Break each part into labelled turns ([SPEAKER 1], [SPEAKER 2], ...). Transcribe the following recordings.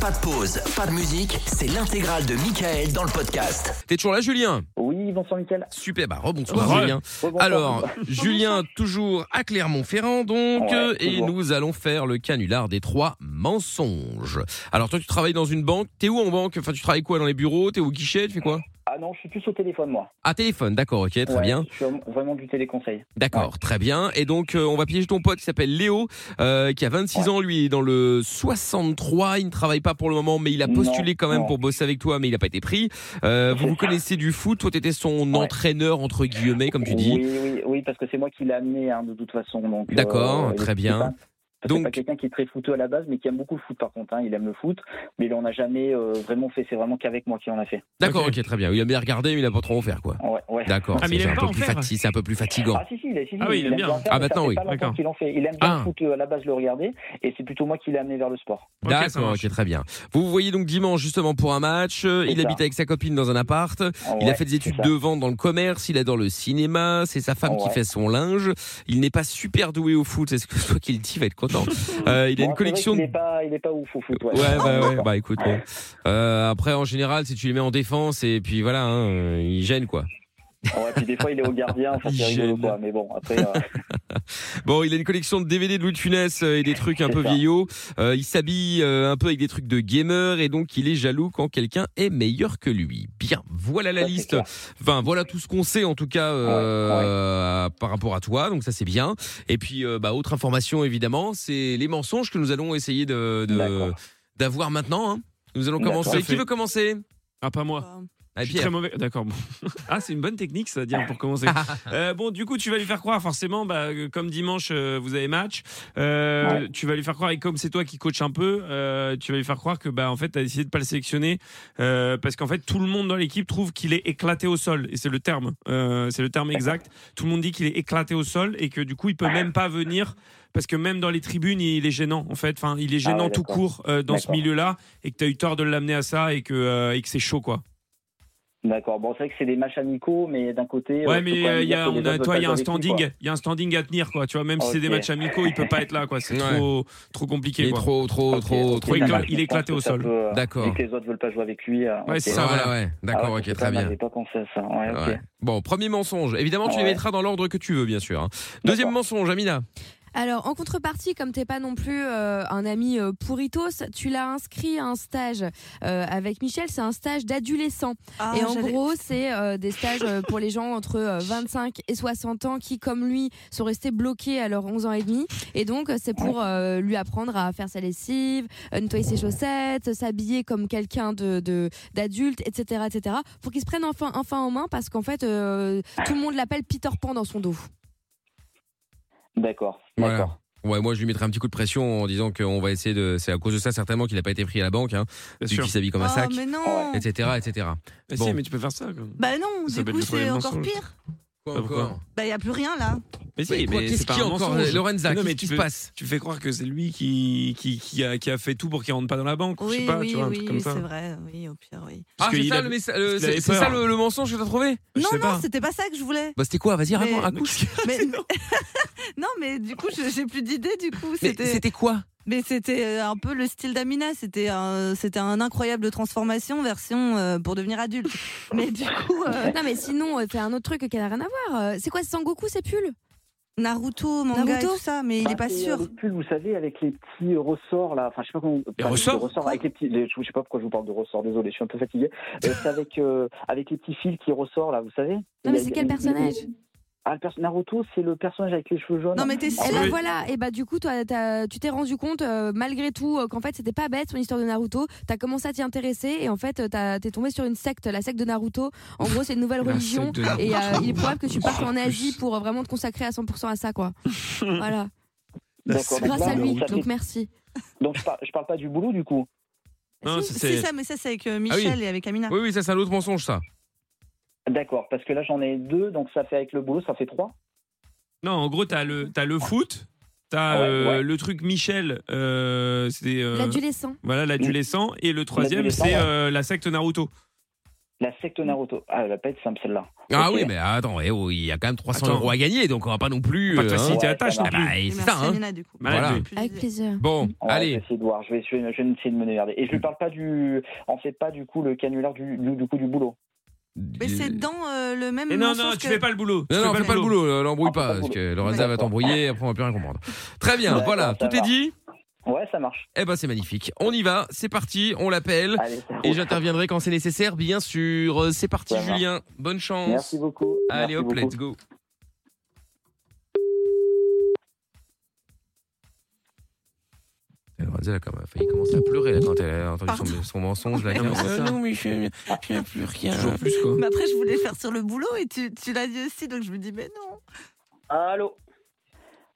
[SPEAKER 1] Pas de pause, pas de musique, c'est l'intégrale de Michael dans le podcast.
[SPEAKER 2] T'es toujours là, Julien
[SPEAKER 3] Oui, bonsoir Mickaël.
[SPEAKER 2] Super, bah rebonsoir,
[SPEAKER 4] Ouais.
[SPEAKER 2] Julien.
[SPEAKER 3] Rebonsoir.
[SPEAKER 2] Alors, Julien, toujours à Clermont-Ferrand, donc,
[SPEAKER 3] Ouais,
[SPEAKER 2] euh, et
[SPEAKER 3] toujours.
[SPEAKER 2] nous allons faire le canular des trois mensonges. Alors, toi, tu travailles dans une banque. T'es où en banque Enfin, tu travailles quoi Dans les bureaux T'es au guichet Tu fais quoi
[SPEAKER 3] Ah non, je suis plus au téléphone moi.
[SPEAKER 2] Ah, téléphone, d'accord, ok, très
[SPEAKER 3] Ouais,
[SPEAKER 2] bien.
[SPEAKER 3] Je suis vraiment du téléconseil.
[SPEAKER 2] D'accord, très bien. Et donc, euh, on va piéger ton pote qui s'appelle Léo, euh, qui a 26 ans, lui, il est dans le 63. Il ne travaille pas pour le moment, mais il a
[SPEAKER 3] Non,
[SPEAKER 2] postulé quand même
[SPEAKER 3] non.
[SPEAKER 2] pour bosser avec toi, mais il n'a pas été pris. Euh, vous
[SPEAKER 3] C'est
[SPEAKER 2] vous
[SPEAKER 3] ça.
[SPEAKER 2] connaissez du foot. Toi, t'étais son
[SPEAKER 3] Ouais.
[SPEAKER 2] entraîneur, entre guillemets, comme tu dis.
[SPEAKER 3] Oui, oui, oui, parce que c'est moi qui l'ai amené hein, de toute façon. donc, euh,
[SPEAKER 2] D'accord,
[SPEAKER 3] il-
[SPEAKER 2] très
[SPEAKER 3] c'est
[SPEAKER 2] bien.
[SPEAKER 3] pas-
[SPEAKER 2] Donc-
[SPEAKER 3] C'est pas quelqu'un qui est très footeux à la base, mais qui aime beaucoup le foot par contre. hein, il aime le foot, mais il en a jamais euh, vraiment fait. C'est vraiment qu'avec moi qu'il en a fait.
[SPEAKER 2] D'accord,
[SPEAKER 4] Ok.
[SPEAKER 2] ok, très bien. Il a bien regardé, mais il a pas trop en faire, quoi.
[SPEAKER 3] Ouais, ouais.
[SPEAKER 2] D'accord.
[SPEAKER 4] Ah, mais il
[SPEAKER 2] c'est
[SPEAKER 4] aime
[SPEAKER 2] un
[SPEAKER 4] pas
[SPEAKER 2] peu
[SPEAKER 4] en
[SPEAKER 2] plus
[SPEAKER 4] faire.
[SPEAKER 2] fatigue, c'est un peu plus fatigant.
[SPEAKER 3] Ah si, si, il, si, si,
[SPEAKER 4] Ah oui, il aime bien.
[SPEAKER 3] en faire,
[SPEAKER 2] Ah,
[SPEAKER 3] mais ça
[SPEAKER 2] maintenant,
[SPEAKER 3] fait
[SPEAKER 2] oui.
[SPEAKER 3] pas longtemps
[SPEAKER 4] D'accord.
[SPEAKER 3] qu'il en fait. Il aime bien
[SPEAKER 2] Ah.
[SPEAKER 3] le foot euh, à la base, je le regarder, et c'est plutôt moi qui l'ai amené vers le sport.
[SPEAKER 4] Ok, ça
[SPEAKER 2] D'accord,
[SPEAKER 4] marche.
[SPEAKER 2] ok, très bien. Vous vous voyez donc dimanche justement pour un match. Euh,
[SPEAKER 3] C'est
[SPEAKER 2] Il
[SPEAKER 3] ça.
[SPEAKER 2] habite avec sa copine dans un appart. Il a
[SPEAKER 3] Ouais,
[SPEAKER 2] fait des
[SPEAKER 3] c'est
[SPEAKER 2] études
[SPEAKER 3] ça.
[SPEAKER 2] de vente dans le commerce. Il adore le cinéma. C'est sa femme qui
[SPEAKER 3] Ouais.
[SPEAKER 2] fait son linge. Il n'est pas super doué au foot. C'est ce que toi qui le dis, va être content. Euh, il a une
[SPEAKER 3] Bon, c'est vrai
[SPEAKER 2] collection.
[SPEAKER 3] qu'il
[SPEAKER 2] de-
[SPEAKER 3] est pas, il est pas ouf au foot. Ouais.
[SPEAKER 2] Ouais, bah, ouais, bah écoute. bon. Euh, après, en général, si tu les mets en défense et puis voilà, hein, euh, il gêne quoi.
[SPEAKER 3] Ouais, puis des fois, il est au gardien, enfin, c'est rigolo,
[SPEAKER 2] Hygiène.
[SPEAKER 3] quoi. Mais bon, après, euh,
[SPEAKER 2] Bon, il a une collection de DVD de Louis de Funès euh, et des trucs un
[SPEAKER 3] C'est
[SPEAKER 2] peu
[SPEAKER 3] ça.
[SPEAKER 2] vieillots. Euh, il s'habille euh, un peu avec des trucs de gamer et donc il est jaloux quand quelqu'un est meilleur que lui. Bien, voilà la
[SPEAKER 3] ça, c'est
[SPEAKER 2] liste.
[SPEAKER 3] clair.
[SPEAKER 2] Enfin, voilà tout ce qu'on sait en tout cas euh, par rapport à toi. Donc ça c'est bien. Et puis, euh, bah, autre information évidemment, c'est les mensonges que nous allons essayer de de-
[SPEAKER 3] D'accord.
[SPEAKER 2] d'avoir maintenant. hein. Nous allons
[SPEAKER 3] D'accord.
[SPEAKER 2] commencer.
[SPEAKER 4] Tout à
[SPEAKER 2] Qui
[SPEAKER 4] fait.
[SPEAKER 2] veut commencer
[SPEAKER 4] Ah, pas moi.
[SPEAKER 2] Ah,
[SPEAKER 4] Je suis
[SPEAKER 2] Pierre. Ah.
[SPEAKER 4] très mauvais. D'accord. bon. Ah, c'est une bonne technique, ça, dire pour commencer. Euh, bon, du coup, tu vas lui faire croire, forcément, bah, euh, comme dimanche, euh, vous avez match. euh, Tu vas lui faire croire, et comme c'est toi qui coach un peu, euh, tu vas lui faire croire que, bah, en fait, tu as décidé de pas le sélectionner euh, parce qu'en fait, tout le monde dans l'équipe trouve qu'il est éclaté au sol. Et c'est le terme. euh, c'est le terme exact. Tout le monde dit qu'il est éclaté au sol et que, du coup, il peut même pas venir. Parce que même dans les tribunes, il est gênant, en fait. Enfin, il est
[SPEAKER 3] Ah
[SPEAKER 4] gênant
[SPEAKER 3] ouais,
[SPEAKER 4] tout
[SPEAKER 3] d'accord.
[SPEAKER 4] court euh, dans ce
[SPEAKER 3] D'accord.
[SPEAKER 4] milieu-là, et que tu as eu tort de l'amener à ça, et que, euh, et que c'est chaud, quoi.
[SPEAKER 3] D'accord, bon, c'est vrai que c'est des matchs amicaux, mais d'un côté.
[SPEAKER 4] Ouais,
[SPEAKER 3] euh, je peux
[SPEAKER 4] mais
[SPEAKER 3] quand même
[SPEAKER 4] euh, il y
[SPEAKER 3] dire
[SPEAKER 4] a,
[SPEAKER 3] que les
[SPEAKER 4] on a,
[SPEAKER 3] autres
[SPEAKER 4] toi, il y a un
[SPEAKER 3] peuvent pas
[SPEAKER 4] standing,
[SPEAKER 3] avec lui,
[SPEAKER 4] il y a un standing à tenir, quoi. Tu vois, même si c'est des
[SPEAKER 3] Ok.
[SPEAKER 4] matchs amicaux, il peut pas être là, quoi. C'est
[SPEAKER 2] Ouais.
[SPEAKER 4] trop, trop
[SPEAKER 2] Il
[SPEAKER 4] compliqué,
[SPEAKER 2] est
[SPEAKER 4] quoi.
[SPEAKER 2] trop, trop,
[SPEAKER 3] quoi. Ok,
[SPEAKER 2] trop,
[SPEAKER 3] ok,
[SPEAKER 2] trop.
[SPEAKER 4] il
[SPEAKER 3] ça
[SPEAKER 4] écla-
[SPEAKER 3] marche,
[SPEAKER 4] il
[SPEAKER 3] je
[SPEAKER 4] est
[SPEAKER 3] pense
[SPEAKER 4] éclaté au
[SPEAKER 3] que ça
[SPEAKER 4] sol.
[SPEAKER 3] peut, euh,
[SPEAKER 2] D'accord.
[SPEAKER 3] Vu que les autres veulent pas jouer avec lui. euh,
[SPEAKER 4] Ouais,
[SPEAKER 3] ok.
[SPEAKER 4] c'est
[SPEAKER 2] Ah,
[SPEAKER 4] ça, voilà.
[SPEAKER 2] voilà, ouais. D'accord,
[SPEAKER 3] Ah ouais,
[SPEAKER 2] ok,
[SPEAKER 3] c'est
[SPEAKER 2] très
[SPEAKER 3] pas mal,
[SPEAKER 2] bien.
[SPEAKER 3] J'avais pas pensé à ça. Ouais, Ah, ok.
[SPEAKER 2] Ouais. Bon, premier mensonge. Évidemment, tu les
[SPEAKER 3] Ouais.
[SPEAKER 2] mettras dans l'ordre que tu veux, bien sûr. hein. Deuxième
[SPEAKER 3] D'accord.
[SPEAKER 2] mensonge, Amina.
[SPEAKER 5] Alors, en contrepartie, comme t'es pas non plus euh, un ami euh, pourritos, tu l'as inscrit à un stage euh, avec Michel. C'est un stage d'adolescent.
[SPEAKER 6] Ah,
[SPEAKER 5] et en
[SPEAKER 6] j'allais-
[SPEAKER 5] gros, c'est euh, des stages euh, pour les gens entre euh, 25 et 60 ans qui, comme lui, sont restés bloqués à leurs 11 ans et demi. Et donc, euh, c'est pour euh, lui apprendre à faire sa lessive, euh, nettoyer ses chaussettes, euh, s'habiller comme quelqu'un de de- d'adulte, etc., etc., pour qu'il se prenne enfin enfin en main, parce qu'en fait, euh, tout le monde l'appelle Peter Pan dans son dos.
[SPEAKER 3] D'accord.
[SPEAKER 2] Voilà.
[SPEAKER 3] D'accord.
[SPEAKER 2] Ouais, moi je lui mettrais un petit coup de pression en disant qu'on va essayer de. C'est à cause de ça certainement qu'il n'a pas été pris à la banque, hein,
[SPEAKER 4] Bien
[SPEAKER 2] vu
[SPEAKER 4] sûr.
[SPEAKER 2] qu'il s'habille comme un
[SPEAKER 6] Oh,
[SPEAKER 2] sac,
[SPEAKER 6] mais non.
[SPEAKER 3] Ouais.
[SPEAKER 2] etc., etc.
[SPEAKER 4] Mais
[SPEAKER 2] Bon.
[SPEAKER 4] si, mais tu peux faire ça, quoi.
[SPEAKER 6] Bah non,
[SPEAKER 4] Ça
[SPEAKER 6] du
[SPEAKER 4] s'appelle
[SPEAKER 6] coup
[SPEAKER 4] le
[SPEAKER 6] c'est
[SPEAKER 4] troisième
[SPEAKER 6] encore
[SPEAKER 4] mensonge.
[SPEAKER 6] pire.
[SPEAKER 2] Quoi
[SPEAKER 4] Bah, pourquoi
[SPEAKER 2] encore
[SPEAKER 6] Bah y a plus rien là.
[SPEAKER 4] Mais
[SPEAKER 2] Mais
[SPEAKER 4] si,
[SPEAKER 2] quoi,
[SPEAKER 4] mais
[SPEAKER 2] Qu'est-ce
[SPEAKER 4] c'est pas
[SPEAKER 2] qu'il y a
[SPEAKER 4] un
[SPEAKER 2] encore,
[SPEAKER 4] mensonge.
[SPEAKER 2] Lorenza
[SPEAKER 4] Non,
[SPEAKER 2] Qu'est-ce
[SPEAKER 4] mais
[SPEAKER 2] qui
[SPEAKER 4] tu
[SPEAKER 2] se
[SPEAKER 4] peux-
[SPEAKER 2] passe
[SPEAKER 4] Tu fais croire que c'est lui qui, qui, qui, a, qui a fait tout pour qu'il rentre pas dans la banque. je
[SPEAKER 6] Oui,
[SPEAKER 4] sais pas,
[SPEAKER 6] oui,
[SPEAKER 4] tu vois, un
[SPEAKER 6] oui,
[SPEAKER 4] truc comme ça.
[SPEAKER 6] c'est vrai. Oui, au pire, oui.
[SPEAKER 2] Ah,
[SPEAKER 4] Parce que
[SPEAKER 2] c'est
[SPEAKER 4] il
[SPEAKER 2] ça,
[SPEAKER 4] a-
[SPEAKER 2] le messa- le-
[SPEAKER 4] parce qu'il
[SPEAKER 2] c'est-
[SPEAKER 4] avait
[SPEAKER 2] c'est
[SPEAKER 4] peur.
[SPEAKER 2] ça le, le mensonge que t'as trouvé
[SPEAKER 4] Je
[SPEAKER 6] non,
[SPEAKER 4] sais
[SPEAKER 6] non,
[SPEAKER 4] pas.
[SPEAKER 6] c'était pas ça que je voulais.
[SPEAKER 2] Bah, c'était quoi Vas-y,
[SPEAKER 6] Mais-
[SPEAKER 2] raconte, accouche.
[SPEAKER 6] Mais, non, mais du coup, je- j'ai plus d'idée. Du coup,
[SPEAKER 2] Mais
[SPEAKER 6] c'était.
[SPEAKER 2] c'était quoi
[SPEAKER 6] Mais c'était euh, un peu le style d'Amina. C'était un, c'était un incroyable transformation version euh, pour devenir adulte. Mais du coup, euh,
[SPEAKER 5] Non mais sinon, euh, fais un autre truc qui n'a rien à voir. Euh, C'est quoi c'est Sangoku ces pulls
[SPEAKER 6] Naruto, manga et
[SPEAKER 5] Naruto
[SPEAKER 6] tout ça, mais il est
[SPEAKER 3] Bah,
[SPEAKER 6] pas
[SPEAKER 3] c'est,
[SPEAKER 6] sûr.
[SPEAKER 3] euh, Les pulls, vous savez, avec les petits euh, ressorts là. Enfin, je sais pas comment. pas Les
[SPEAKER 4] ressorts
[SPEAKER 3] avec les petits. les- je sais pas pourquoi je vous parle de ressorts. Désolé, je suis un peu fatigué. Euh, c'est avec euh, avec les petits fils qui ressortent là. Vous savez.
[SPEAKER 5] Non mais c'est quel personnage
[SPEAKER 3] Ah, le perso- Naruto, c'est le personnage avec les cheveux jaunes.
[SPEAKER 6] Non, mais t'es sûr.
[SPEAKER 5] Et là
[SPEAKER 2] Ah,
[SPEAKER 4] Oui.
[SPEAKER 5] voilà, et bah du coup toi t'as- tu t'es rendu compte euh, malgré tout euh, qu'en fait c'était pas bête son histoire de Naruto. T'as commencé à t'y intéresser et en fait euh, t'as- t'es tombé sur une secte, la secte de Naruto. En gros c'est une nouvelle
[SPEAKER 4] La
[SPEAKER 5] religion
[SPEAKER 4] secte de
[SPEAKER 5] et euh,
[SPEAKER 4] Naruto.
[SPEAKER 5] il est probable que tu partes en
[SPEAKER 4] Plus.
[SPEAKER 5] Asie pour euh, vraiment te consacrer à 100% à ça quoi. Voilà,
[SPEAKER 3] D'accord. donc
[SPEAKER 5] grâce
[SPEAKER 3] là,
[SPEAKER 5] à lui.
[SPEAKER 3] ça fait-
[SPEAKER 5] Donc merci.
[SPEAKER 3] Donc je parle, je parle pas du boulot du coup.
[SPEAKER 4] Non,
[SPEAKER 6] si,
[SPEAKER 4] ça,
[SPEAKER 6] si,
[SPEAKER 4] c'est-
[SPEAKER 6] ça, mais ça, c'est avec euh, Michel et avec Amina.
[SPEAKER 2] Ah Oui, oui, ça, c'est un autre mensonge, ça.
[SPEAKER 3] D'accord, parce que là j'en ai deux, donc ça fait avec le boulot, ça fait trois.
[SPEAKER 4] Non, en gros, t'as le, t'as le foot, t'as
[SPEAKER 3] Ouais,
[SPEAKER 4] euh,
[SPEAKER 3] ouais.
[SPEAKER 4] le truc Michel, euh, c'était. euh,
[SPEAKER 5] L'adolescent.
[SPEAKER 4] Voilà, l'adolescent. Et le troisième,
[SPEAKER 3] L'adolescent,
[SPEAKER 4] c'est
[SPEAKER 3] ouais.
[SPEAKER 4] euh, la secte Naruto.
[SPEAKER 3] La secte Naruto. Ah, elle va pas être simple celle-là.
[SPEAKER 2] Ah
[SPEAKER 3] Ok.
[SPEAKER 2] oui, mais attends, eh oh, il y a quand même 300
[SPEAKER 4] Attends.
[SPEAKER 2] euros à gagner, donc on va pas non plus.
[SPEAKER 4] Pas de
[SPEAKER 2] euh, hein.
[SPEAKER 4] facilité
[SPEAKER 3] Ouais,
[SPEAKER 4] à tâche
[SPEAKER 3] ça
[SPEAKER 2] Ah
[SPEAKER 4] non plus.
[SPEAKER 2] bah,
[SPEAKER 6] Et
[SPEAKER 2] c'est
[SPEAKER 6] merci
[SPEAKER 2] ça, hein.
[SPEAKER 6] Amina, du coup.
[SPEAKER 4] Malade,
[SPEAKER 2] Voilà.
[SPEAKER 4] mais-
[SPEAKER 5] Avec plaisir.
[SPEAKER 2] Bon,
[SPEAKER 3] Ouais, Je
[SPEAKER 2] allez.
[SPEAKER 3] vais essayer de voir. Je vais essayer, je vais essayer de me démerder. Et je ne parle pas du, en fait pas du coup le canular du, du, du coup du boulot.
[SPEAKER 6] Mais c'est dans euh, le même.
[SPEAKER 4] Et Eh non,
[SPEAKER 6] mensonge
[SPEAKER 4] non, tu
[SPEAKER 6] que-
[SPEAKER 4] fais pas le boulot. Tu
[SPEAKER 2] Non, non, fais pas le boulot, euh, l'embrouille pas,
[SPEAKER 3] Ah, fais pas le
[SPEAKER 2] parce
[SPEAKER 3] boulot.
[SPEAKER 2] que Lorenza va
[SPEAKER 3] D'accord.
[SPEAKER 2] t'embrouiller, après on va plus rien comprendre. Très bien,
[SPEAKER 3] D'accord,
[SPEAKER 2] voilà,
[SPEAKER 3] ça
[SPEAKER 2] tout est
[SPEAKER 3] va.
[SPEAKER 2] dit.
[SPEAKER 3] Ouais, ça marche.
[SPEAKER 2] Eh ben c'est magnifique. On y va, c'est parti, on l'appelle.
[SPEAKER 3] Allez. ça
[SPEAKER 2] Et
[SPEAKER 3] roule.
[SPEAKER 2] j'interviendrai quand c'est nécessaire, bien sûr. Euh, C'est parti,
[SPEAKER 3] Ça marche.
[SPEAKER 2] Julien. Bonne chance.
[SPEAKER 3] Merci beaucoup.
[SPEAKER 2] Allez,
[SPEAKER 3] Merci
[SPEAKER 2] hop,
[SPEAKER 3] beaucoup.
[SPEAKER 2] let's go. Elle elle a quand même failli commencer à pleurer là, quand elle a entendu son, son mensonge. Là,
[SPEAKER 4] Non, mais c'est
[SPEAKER 2] Euh,
[SPEAKER 4] ça.
[SPEAKER 2] non, mais je je fais plus rien.
[SPEAKER 4] Toujours plus, quoi.
[SPEAKER 6] Mais après, je voulais faire sur le boulot et tu, tu l'as dit aussi, donc je me dis, mais non.
[SPEAKER 3] Allô.